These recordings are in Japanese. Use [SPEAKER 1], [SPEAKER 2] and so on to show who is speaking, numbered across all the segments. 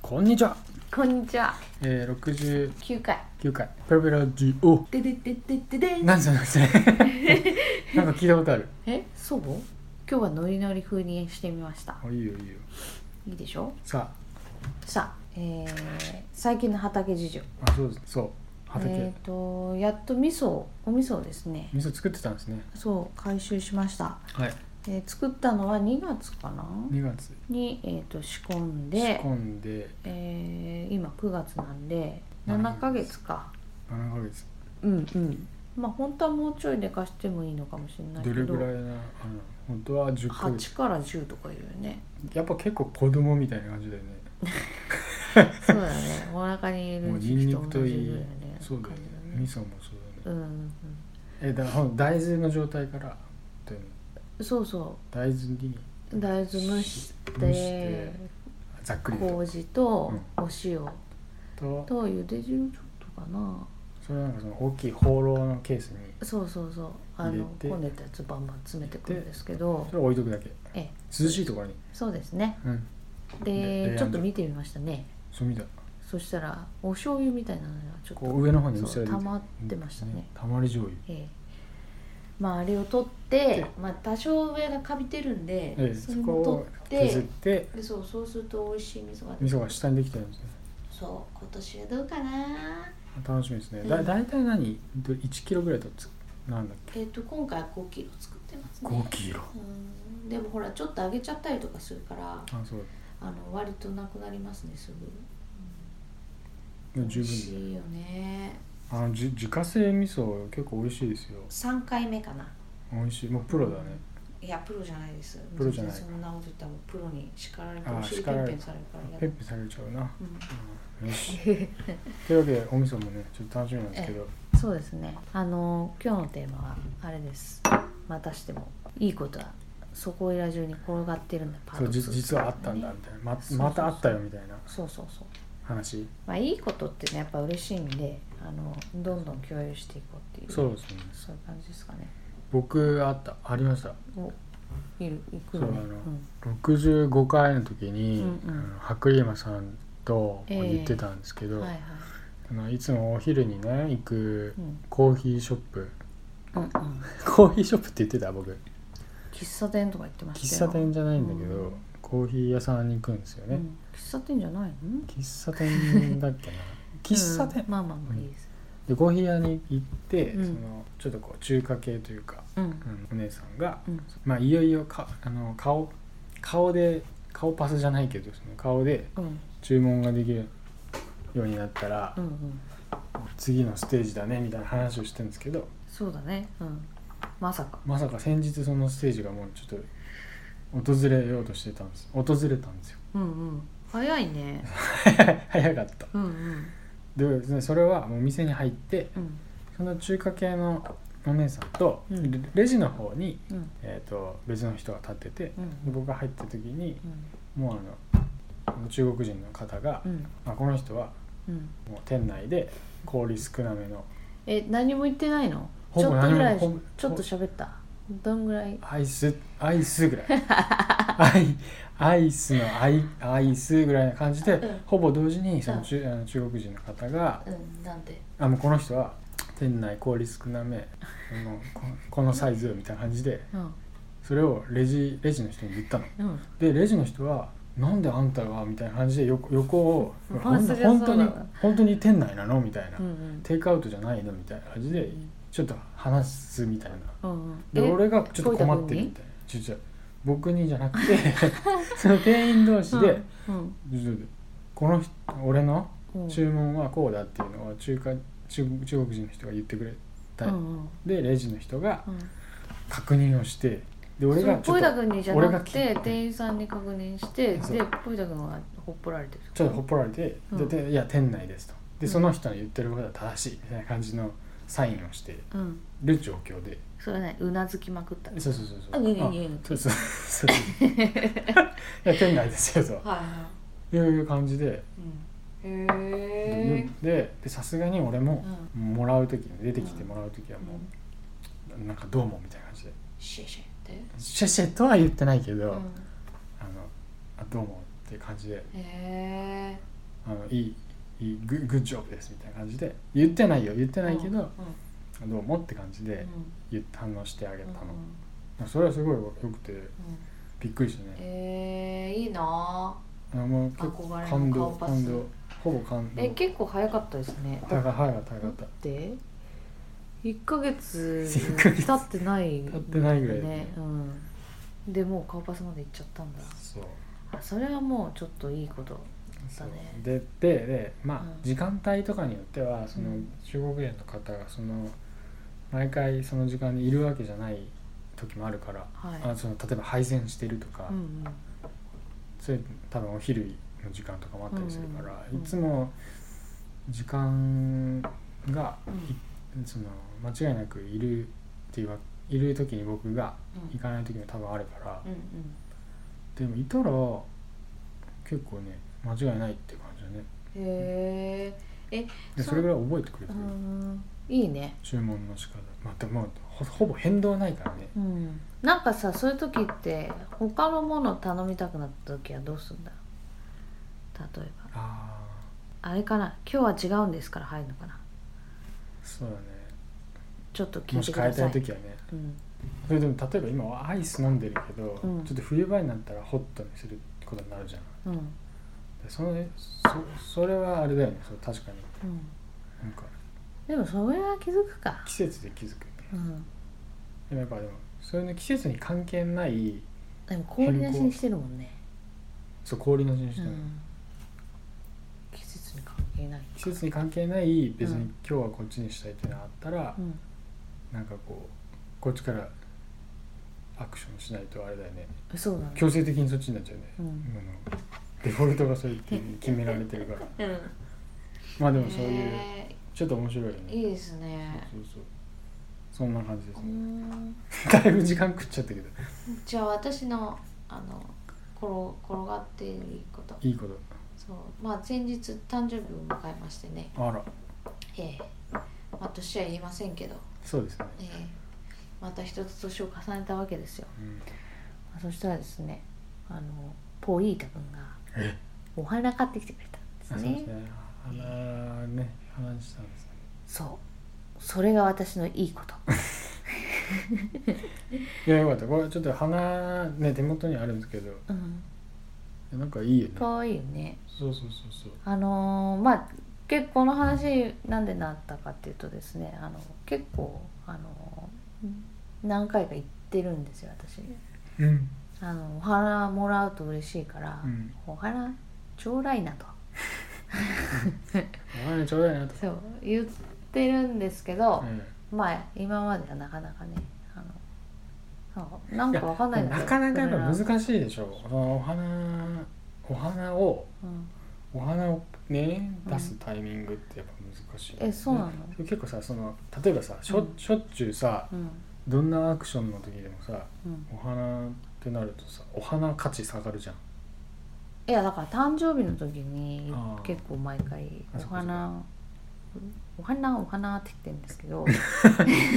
[SPEAKER 1] こんにちは。
[SPEAKER 2] こんにちは。
[SPEAKER 1] えー、六十
[SPEAKER 2] 9回。
[SPEAKER 1] 九回ペロペロジオ。
[SPEAKER 2] でででででで
[SPEAKER 1] なんそれなんそれ。 なんか聞いたことある。
[SPEAKER 2] え、そう今日はノリノリ風にしてみました。
[SPEAKER 1] あいいよいいよ。
[SPEAKER 2] いいでしょ
[SPEAKER 1] さ
[SPEAKER 2] さあ、えー、最近の畑事情。
[SPEAKER 1] あ、あそうですそう畑、
[SPEAKER 2] えっ、と、やっと味噌を、お味噌をですね、
[SPEAKER 1] 味噌作ってたんですね。
[SPEAKER 2] そう、回収しました。
[SPEAKER 1] はい。
[SPEAKER 2] えー作ったのは2月かな
[SPEAKER 1] 二月
[SPEAKER 2] に、えー、と仕込ん
[SPEAKER 1] 仕
[SPEAKER 2] で
[SPEAKER 1] 込、んで
[SPEAKER 2] えー今9月なんで、
[SPEAKER 1] 七
[SPEAKER 2] 7
[SPEAKER 1] ヶ
[SPEAKER 2] ヶ
[SPEAKER 1] 月
[SPEAKER 2] 月か。
[SPEAKER 1] 七ヶ月。
[SPEAKER 2] うんうん。まあ、本当はもうちょい寝かしてもいいのかもしれないけ
[SPEAKER 1] どれ
[SPEAKER 2] ど
[SPEAKER 1] ぐらい、なあの本当は十ヶ月。
[SPEAKER 2] 8から10とかいるよね。
[SPEAKER 1] やっぱ結構子供みたいな感じだよね。
[SPEAKER 2] そうだね。お腹にい
[SPEAKER 1] もう
[SPEAKER 2] る
[SPEAKER 1] ニ
[SPEAKER 2] 時
[SPEAKER 1] ン
[SPEAKER 2] 期
[SPEAKER 1] ニ
[SPEAKER 2] と
[SPEAKER 1] ク
[SPEAKER 2] 同
[SPEAKER 1] とい
[SPEAKER 2] じぐ
[SPEAKER 1] い
[SPEAKER 2] らいね。
[SPEAKER 1] そうだよね。味噌もそうだ
[SPEAKER 2] う
[SPEAKER 1] ね。
[SPEAKER 2] んうん
[SPEAKER 1] えだほん大豆の状態からだよね
[SPEAKER 2] うん。そうそ
[SPEAKER 1] 大豆に
[SPEAKER 2] う。大豆蒸し
[SPEAKER 1] 蒸
[SPEAKER 2] て
[SPEAKER 1] して、ざっくりと。
[SPEAKER 2] 麹と
[SPEAKER 1] う
[SPEAKER 2] お塩
[SPEAKER 1] と
[SPEAKER 2] と茹で汁ちょっとかな。
[SPEAKER 1] それはなんかその大きい放浪のケースに
[SPEAKER 2] そうそうそう。あ
[SPEAKER 1] 入れ
[SPEAKER 2] の
[SPEAKER 1] て
[SPEAKER 2] こねたやつバンバン詰めてくるんですけど
[SPEAKER 1] そ、れを置いとくだけ
[SPEAKER 2] ええ、
[SPEAKER 1] 涼しいところに
[SPEAKER 2] そうですね。
[SPEAKER 1] うんで
[SPEAKER 2] で、ちょっと見てみましたね。
[SPEAKER 1] そうみたい
[SPEAKER 2] そしたらお醤油みたいなのがちょっ
[SPEAKER 1] ことう上の方に
[SPEAKER 2] そう
[SPEAKER 1] 薄ら
[SPEAKER 2] 溜まってましたね
[SPEAKER 1] たまり醤油
[SPEAKER 2] ええまああれを取って、まあ、多少上がかびてるんで、
[SPEAKER 1] ええ
[SPEAKER 2] そ
[SPEAKER 1] そ
[SPEAKER 2] れ
[SPEAKER 1] こ
[SPEAKER 2] も取
[SPEAKER 1] を
[SPEAKER 2] って
[SPEAKER 1] 削って
[SPEAKER 2] でそうそうすると美味しい味噌が出
[SPEAKER 1] 味
[SPEAKER 2] る
[SPEAKER 1] 噌が下にできてるんですね
[SPEAKER 2] そう今年はどうかな
[SPEAKER 1] 楽しみですね
[SPEAKER 2] うん
[SPEAKER 1] だ大体何ど1キロぐらいとつなんだっけ
[SPEAKER 2] えっ、と今回5キロ作ってますね
[SPEAKER 1] 5キロ
[SPEAKER 2] うんでもほらちょっと揚げちゃったりとかするから
[SPEAKER 1] あそう
[SPEAKER 2] あの割となくなりますねす
[SPEAKER 1] で
[SPEAKER 2] ぐ
[SPEAKER 1] も十
[SPEAKER 2] 美味
[SPEAKER 1] 分で
[SPEAKER 2] しいよね
[SPEAKER 1] あのじ自家製味噌結構美味しいですよ
[SPEAKER 2] 3回目かな
[SPEAKER 1] 美味しいもうプロだね
[SPEAKER 2] いやプロじゃないです
[SPEAKER 1] プロじゃない
[SPEAKER 2] 全然そんなこと言ったらもうプロに叱られて
[SPEAKER 1] あー
[SPEAKER 2] お尻
[SPEAKER 1] 叱
[SPEAKER 2] ペ
[SPEAKER 1] られ
[SPEAKER 2] ンペ
[SPEAKER 1] る
[SPEAKER 2] ンされるからやだ
[SPEAKER 1] ペッペされちゃうな、う
[SPEAKER 2] うん
[SPEAKER 1] ん、よ しというわけでお味噌もねちょっと楽しみなんですけど
[SPEAKER 2] そうですね。あの今日のテーマはあれです。またしてもいいことはそこいら中に転がってるんだ。パー
[SPEAKER 1] そ
[SPEAKER 2] ト
[SPEAKER 1] うじ
[SPEAKER 2] 2
[SPEAKER 1] 実はあったんだみ。たいなま
[SPEAKER 2] そうそう
[SPEAKER 1] またあったよみたいな
[SPEAKER 2] そうそうそう。
[SPEAKER 1] 話
[SPEAKER 2] まあいいことってねやっぱ嬉しいんで、あのどんどん共有していこうっていう。
[SPEAKER 1] そうですね
[SPEAKER 2] そういう感じですかね。
[SPEAKER 1] 僕あったありました
[SPEAKER 2] おいる行く
[SPEAKER 1] そうあ
[SPEAKER 2] のね。
[SPEAKER 1] の
[SPEAKER 2] うん
[SPEAKER 1] 65回の時に、
[SPEAKER 2] うんうん
[SPEAKER 1] あの白衣山さんと
[SPEAKER 2] ええ
[SPEAKER 1] 言ってたんですけど、
[SPEAKER 2] はいはい。
[SPEAKER 1] あのいつもお昼にね行く
[SPEAKER 2] うん
[SPEAKER 1] コーヒーショップ、
[SPEAKER 2] うんうん。
[SPEAKER 1] コーヒーショップって言ってた僕
[SPEAKER 2] 喫茶店とか言ってまし
[SPEAKER 1] 喫
[SPEAKER 2] た
[SPEAKER 1] 茶
[SPEAKER 2] よ。
[SPEAKER 1] 店じゃないんだけど、
[SPEAKER 2] うん
[SPEAKER 1] コーヒー屋さんに行くんですよ
[SPEAKER 2] う
[SPEAKER 1] ね、
[SPEAKER 2] ん。喫茶店じゃないの？
[SPEAKER 1] 喫茶店だっ けな喫茶店、
[SPEAKER 2] うんまあまあまあいいです。
[SPEAKER 1] でコーヒー屋に行って、
[SPEAKER 2] うん
[SPEAKER 1] そのちょっとこう中華系というか、
[SPEAKER 2] うん
[SPEAKER 1] うんお姉さんが、
[SPEAKER 2] うん
[SPEAKER 1] まあ、いよいよかあの顔顔で顔パスじゃないけどその顔で
[SPEAKER 2] うん
[SPEAKER 1] 注文ができるようになったら、
[SPEAKER 2] うんうん。
[SPEAKER 1] 次のステージだねみたいな話をしてるんですけど
[SPEAKER 2] そうだね。うん。まさか。
[SPEAKER 1] まさか先日そのステージがもうちょっと訪れようとしてたんです訪れたんですよ
[SPEAKER 2] うんうん。早いね。
[SPEAKER 1] 早かった
[SPEAKER 2] うんうん
[SPEAKER 1] でそれはもう店に入って
[SPEAKER 2] うん
[SPEAKER 1] その中華系のお姉さんと、
[SPEAKER 2] うん
[SPEAKER 1] レレジの方に、
[SPEAKER 2] うん
[SPEAKER 1] えー、と別の人が立ってて、
[SPEAKER 2] うん
[SPEAKER 1] で僕が入った時に
[SPEAKER 2] うん
[SPEAKER 1] もうあの中国人の方が、
[SPEAKER 2] うん
[SPEAKER 1] まあ、この人は
[SPEAKER 2] うん。
[SPEAKER 1] もう店内で氷少なめの
[SPEAKER 2] え何も言ってないの？
[SPEAKER 1] ほ
[SPEAKER 2] ちょ
[SPEAKER 1] ぼ
[SPEAKER 2] っとぐら
[SPEAKER 1] 何も
[SPEAKER 2] い
[SPEAKER 1] ほぼ
[SPEAKER 2] ちょっと喋った。どんぐらい？
[SPEAKER 1] アイスアイスぐらい アイアイスのアイアイスぐらいな感じで、
[SPEAKER 2] うん
[SPEAKER 1] ほぼ同時にその中,、あの中国人の方が
[SPEAKER 2] うんなんで？
[SPEAKER 1] 「あもうこの人は店内氷少なめあのここのサイズ」みたいな感じで
[SPEAKER 2] うん
[SPEAKER 1] それをレジレジの人に言ったの。
[SPEAKER 2] うん。
[SPEAKER 1] でレジの人は「なんであんたが?」みたいな感じで横横を「
[SPEAKER 2] まあ
[SPEAKER 1] ほん
[SPEAKER 2] そりゃ
[SPEAKER 1] 本
[SPEAKER 2] そ
[SPEAKER 1] 当
[SPEAKER 2] うだ
[SPEAKER 1] に
[SPEAKER 2] わ
[SPEAKER 1] 本当に店内なの?」みたいな、
[SPEAKER 2] うん
[SPEAKER 1] テイクアウトじゃないの?」みたいな感じで
[SPEAKER 2] ん
[SPEAKER 1] ちょっと話すみたいな。
[SPEAKER 2] うんうん。
[SPEAKER 1] で俺がちょっと困ってるみたいなちょちょ僕にじゃなく てその店員同士で
[SPEAKER 2] うん
[SPEAKER 1] 「ちょっとこの人俺の
[SPEAKER 2] うん。
[SPEAKER 1] 注文はこうだ」っていうのを中華中中国人の人が言ってくれた、
[SPEAKER 2] うんうん
[SPEAKER 1] でレジの人が
[SPEAKER 2] うん。
[SPEAKER 1] 確認をしてで俺がち
[SPEAKER 2] そ
[SPEAKER 1] ょっ
[SPEAKER 2] うポイ
[SPEAKER 1] と
[SPEAKER 2] タ君にじゃなく
[SPEAKER 1] 俺
[SPEAKER 2] て
[SPEAKER 1] が聞い
[SPEAKER 2] 店員さんに確認してで
[SPEAKER 1] そう
[SPEAKER 2] ポイタ君はほっぽられてる。
[SPEAKER 1] ちょっとほっぽられて「
[SPEAKER 2] う
[SPEAKER 1] で
[SPEAKER 2] ん
[SPEAKER 1] でいや店内です」と。で
[SPEAKER 2] うん
[SPEAKER 1] その人の言ってることは正しいみたいな感じのサインをして
[SPEAKER 2] うん。
[SPEAKER 1] る状況で
[SPEAKER 2] それはねうなずきまくった。
[SPEAKER 1] そうそうそうそう
[SPEAKER 2] あいやいやいやいや
[SPEAKER 1] そうそうそう いや店内ですよと
[SPEAKER 2] はい
[SPEAKER 1] いう感じで
[SPEAKER 2] はい。うん。へ
[SPEAKER 1] ででさすがに俺ももらう時に出てきてもらう時はもう、なんかどうもみたいな感じで
[SPEAKER 2] シェシェって。
[SPEAKER 1] シェシェとは言ってないけど、
[SPEAKER 2] うん
[SPEAKER 1] あのあどうもっていう感じで
[SPEAKER 2] へえ
[SPEAKER 1] あのいいいいググッジョブですみたいな感じで言ってないよ言ってないけど、どうもって感じ
[SPEAKER 2] うん
[SPEAKER 1] で言っ反応してあげ
[SPEAKER 2] う
[SPEAKER 1] た
[SPEAKER 2] ん
[SPEAKER 1] の、
[SPEAKER 2] うん
[SPEAKER 1] それはすごいよくてびっくりしたね
[SPEAKER 2] えー、いいな
[SPEAKER 1] あもう
[SPEAKER 2] あ
[SPEAKER 1] 結構
[SPEAKER 2] 憧れ
[SPEAKER 1] 感
[SPEAKER 2] の
[SPEAKER 1] 動
[SPEAKER 2] 顔パス
[SPEAKER 1] 感動ほぼ感動
[SPEAKER 2] え結構早かったですね
[SPEAKER 1] 早かった早かった早かった
[SPEAKER 2] って1ヶ月
[SPEAKER 1] 一ヶ月
[SPEAKER 2] 経ってない
[SPEAKER 1] 経ってないぐらいだね
[SPEAKER 2] ね、うん、でもう顔パスまで行っちゃったんだ
[SPEAKER 1] そう
[SPEAKER 2] あそれはもうちょっといいこと
[SPEAKER 1] そう
[SPEAKER 2] だね
[SPEAKER 1] でででまあ、
[SPEAKER 2] うん
[SPEAKER 1] 時間帯とかによってはその
[SPEAKER 2] うん
[SPEAKER 1] 中国人の方がその毎回その時間にいるわけじゃない時もあるから、
[SPEAKER 2] はい
[SPEAKER 1] あその例えば配膳してるとか、
[SPEAKER 2] うんうん
[SPEAKER 1] そういう多分お昼の時間とかもあったりするから、
[SPEAKER 2] うんうん
[SPEAKER 1] いつも時間が、
[SPEAKER 2] う
[SPEAKER 1] その間違いなくいるっていうわいる時に僕が
[SPEAKER 2] うん
[SPEAKER 1] 行かない時も多分あるから、
[SPEAKER 2] うん
[SPEAKER 1] でもいたら結構ね間違いないって感じだね
[SPEAKER 2] うんへええ
[SPEAKER 1] で
[SPEAKER 2] そう
[SPEAKER 1] それぐらい覚えてくれ
[SPEAKER 2] う
[SPEAKER 1] てる、
[SPEAKER 2] んいいね
[SPEAKER 1] 注文の仕方まあでもほほぼ変動ないからね
[SPEAKER 2] うんなんかさそういう時って他のもの頼みたくなった時はどうすんだ例えば
[SPEAKER 1] あ
[SPEAKER 2] あれかな今日は違うんですから入るのかな
[SPEAKER 1] あそうだね
[SPEAKER 2] ちょっと聞
[SPEAKER 1] も
[SPEAKER 2] いて
[SPEAKER 1] し
[SPEAKER 2] く
[SPEAKER 1] 変え
[SPEAKER 2] だ
[SPEAKER 1] た
[SPEAKER 2] さ
[SPEAKER 1] い
[SPEAKER 2] い
[SPEAKER 1] 時はね
[SPEAKER 2] うん
[SPEAKER 1] それでも例えば今はアイス飲んでるけど、
[SPEAKER 2] うん
[SPEAKER 1] ちょっと冬場になったらホットにすることになるじゃん
[SPEAKER 2] うん
[SPEAKER 1] でそのそそれはあれだよねそう確かに
[SPEAKER 2] うん
[SPEAKER 1] なんか
[SPEAKER 2] でもそれは気づくか
[SPEAKER 1] 季節で気づくよね
[SPEAKER 2] うん
[SPEAKER 1] でもやっぱでもそういうの季節に関係ない
[SPEAKER 2] でも氷なしにしてるもんね、
[SPEAKER 1] そう氷の人種
[SPEAKER 2] う
[SPEAKER 1] だね
[SPEAKER 2] ん、季節に関係ない
[SPEAKER 1] 季節に関係ない別
[SPEAKER 2] うん
[SPEAKER 1] に今日はこっちにしたいっていうのがあったら、
[SPEAKER 2] うん
[SPEAKER 1] なんかこうこっちからアクションしないとあれだよね
[SPEAKER 2] そうだね
[SPEAKER 1] 強制的にそっちになっちゃうね、
[SPEAKER 2] うん
[SPEAKER 1] 今のデフォルトがそうやって決められてる から
[SPEAKER 2] うん
[SPEAKER 1] まあでもそういう
[SPEAKER 2] へ
[SPEAKER 1] ちょっと面白いよ
[SPEAKER 2] ー
[SPEAKER 1] ね
[SPEAKER 2] いいですね
[SPEAKER 1] そうそうそうそんな感じです
[SPEAKER 2] う
[SPEAKER 1] ね、
[SPEAKER 2] ん
[SPEAKER 1] だいぶ時間食っちゃったけど
[SPEAKER 2] じゃあ私のあの転転がっていること
[SPEAKER 1] いいこと
[SPEAKER 2] そうまあ先日誕生日を迎えましてね
[SPEAKER 1] あら
[SPEAKER 2] ええまあ年は言いませんけど
[SPEAKER 1] そうですね、
[SPEAKER 2] ええまた一つ年を重ねたわけですよ
[SPEAKER 1] うん、
[SPEAKER 2] そしたらですねあのポイータ君が
[SPEAKER 1] え
[SPEAKER 2] お花買ってきてくれた
[SPEAKER 1] あそ
[SPEAKER 2] ん
[SPEAKER 1] う
[SPEAKER 2] です
[SPEAKER 1] で
[SPEAKER 2] ね
[SPEAKER 1] すね花ね話したんですね
[SPEAKER 2] そうそれが私のいいこと
[SPEAKER 1] いやよかったこれちょっと花ね手元にあるんですけど
[SPEAKER 2] うん
[SPEAKER 1] なんかいいよね
[SPEAKER 2] 可愛いよね
[SPEAKER 1] そうそうそうそう
[SPEAKER 2] あのーまあ結婚の話なんでなったかっていうとですねあの結構あのー何回か行ってるんですよ私
[SPEAKER 1] うん
[SPEAKER 2] あのお花もらうと嬉しいから、
[SPEAKER 1] うん
[SPEAKER 2] お花ちょうだいなと
[SPEAKER 1] お花ちょうだいなと
[SPEAKER 2] そう言ってるんですけど、
[SPEAKER 1] うん
[SPEAKER 2] まあ今まではなかなかねあのなんかなんかわかんないんだ
[SPEAKER 1] な
[SPEAKER 2] けど
[SPEAKER 1] かなかやっぱ
[SPEAKER 2] それが
[SPEAKER 1] 難しいでしょそのお花お花を
[SPEAKER 2] うん、
[SPEAKER 1] お花をね
[SPEAKER 2] うん
[SPEAKER 1] 出すタイミングってやっぱ難しい、
[SPEAKER 2] えそうなの
[SPEAKER 1] 結構さその例えばさしょ,、
[SPEAKER 2] うん
[SPEAKER 1] しょっちゅうさ
[SPEAKER 2] うん
[SPEAKER 1] どんなアクションの時でもさ
[SPEAKER 2] うん
[SPEAKER 1] お花ってなるとさお花価値下がるじゃん
[SPEAKER 2] いやだから誕生日の時に
[SPEAKER 1] あー
[SPEAKER 2] 結構毎回
[SPEAKER 1] あ
[SPEAKER 2] お
[SPEAKER 1] そっかそっか
[SPEAKER 2] 花お花お花って言ってるんですけど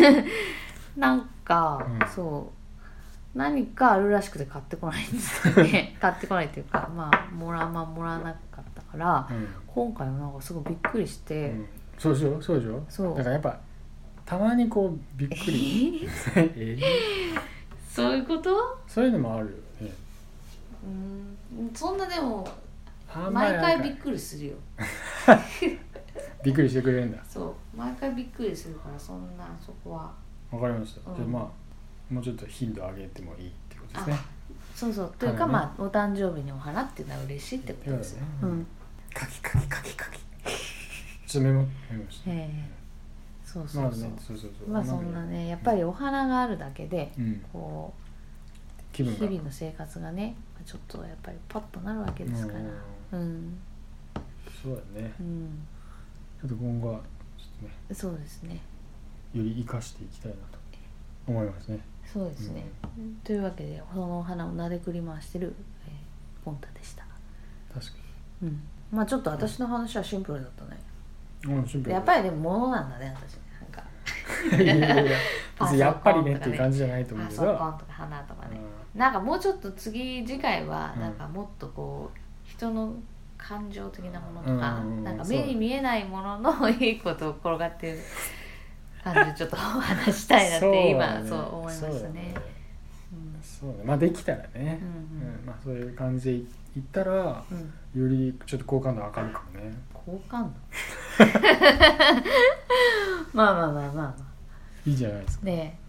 [SPEAKER 2] なんか、
[SPEAKER 1] うん
[SPEAKER 2] そう何かあるらしくて買ってこないんです よね買ってこないっていうかまあもらあんまもらわなかったから
[SPEAKER 1] うん
[SPEAKER 2] 今回はなんかすごいびっくりして、
[SPEAKER 1] うんそうでしょそうでしょ
[SPEAKER 2] そう
[SPEAKER 1] だからやっぱたまにこうびっく り、えー
[SPEAKER 2] そういうこと
[SPEAKER 1] そういうのもあるよね
[SPEAKER 2] うんそんなでも
[SPEAKER 1] あんまり
[SPEAKER 2] 毎
[SPEAKER 1] なんか
[SPEAKER 2] 回びっくりするよ
[SPEAKER 1] びっくりしてくれるんだ
[SPEAKER 2] そう毎回びっくりするからそんなそこは
[SPEAKER 1] わかりました、
[SPEAKER 2] うん
[SPEAKER 1] じゃあまあもうちょっと頻度上げてもいいってことですね
[SPEAKER 2] そうそうというか、
[SPEAKER 1] はい
[SPEAKER 2] まあお誕生日にお花っていうのは嬉しいってことですよ、
[SPEAKER 1] ってこ
[SPEAKER 2] う
[SPEAKER 1] とだね
[SPEAKER 2] ん
[SPEAKER 1] カキカキカキカキちょっとメモメモして
[SPEAKER 2] ええそうそ
[SPEAKER 1] まあ
[SPEAKER 2] う
[SPEAKER 1] ね
[SPEAKER 2] そ
[SPEAKER 1] そう
[SPEAKER 2] う、
[SPEAKER 1] そうそう
[SPEAKER 2] まあそんなねやっぱりお花があるだけで
[SPEAKER 1] うん
[SPEAKER 2] こう
[SPEAKER 1] 気
[SPEAKER 2] 日
[SPEAKER 1] 分が
[SPEAKER 2] 々の生活がねちょっとやっぱりパッとなるわけですからうん
[SPEAKER 1] そうだね
[SPEAKER 2] うん
[SPEAKER 1] ちょっと今後はちょっとね
[SPEAKER 2] そうですね
[SPEAKER 1] より生かしていきたいなと思いますね
[SPEAKER 2] そうですね、というわけでそのお花をなでくり回してる、えーポンタでした
[SPEAKER 1] 確か
[SPEAKER 2] うんまあちょっと私の話はシンプルだったね、
[SPEAKER 1] にうんシンプル
[SPEAKER 2] やっぱりでも物なんだね私なんか
[SPEAKER 1] りいやいやい や別にやっぱりねっ
[SPEAKER 2] パ
[SPEAKER 1] て
[SPEAKER 2] ソコンとかね
[SPEAKER 1] いう感じじゃないと思う
[SPEAKER 2] パ
[SPEAKER 1] け
[SPEAKER 2] ソ
[SPEAKER 1] ど
[SPEAKER 2] コンとか花とかねなんかもうちょっと次次回は
[SPEAKER 1] うん
[SPEAKER 2] なんかもっとこう人の感情的なものとか、
[SPEAKER 1] うんうんうん
[SPEAKER 2] なんか
[SPEAKER 1] そう
[SPEAKER 2] 目に見えないもののいいことを転がってる感じをちょっとお話したいなって今そう思いました
[SPEAKER 1] そうだ
[SPEAKER 2] ね。うん
[SPEAKER 1] そうねまあできたらね
[SPEAKER 2] う、
[SPEAKER 1] うん
[SPEAKER 2] ん
[SPEAKER 1] まあ、そういう感じでいったらよ
[SPEAKER 2] うんうん
[SPEAKER 1] りちょっと好感度上がるかもね
[SPEAKER 2] 好感度 まあまあまあまあま
[SPEAKER 1] いいじゃないですか
[SPEAKER 2] あね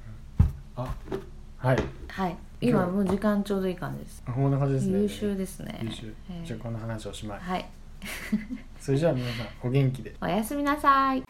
[SPEAKER 1] あはい
[SPEAKER 2] えはい
[SPEAKER 1] 今日
[SPEAKER 2] 今もう時間ちょうどいい感じです
[SPEAKER 1] あこんな感じですね
[SPEAKER 2] 優秀ですね
[SPEAKER 1] 優秀
[SPEAKER 2] えー
[SPEAKER 1] じゃあこんな話をしまい
[SPEAKER 2] はい
[SPEAKER 1] それじゃあ皆さんお元気で
[SPEAKER 2] おやすみなさい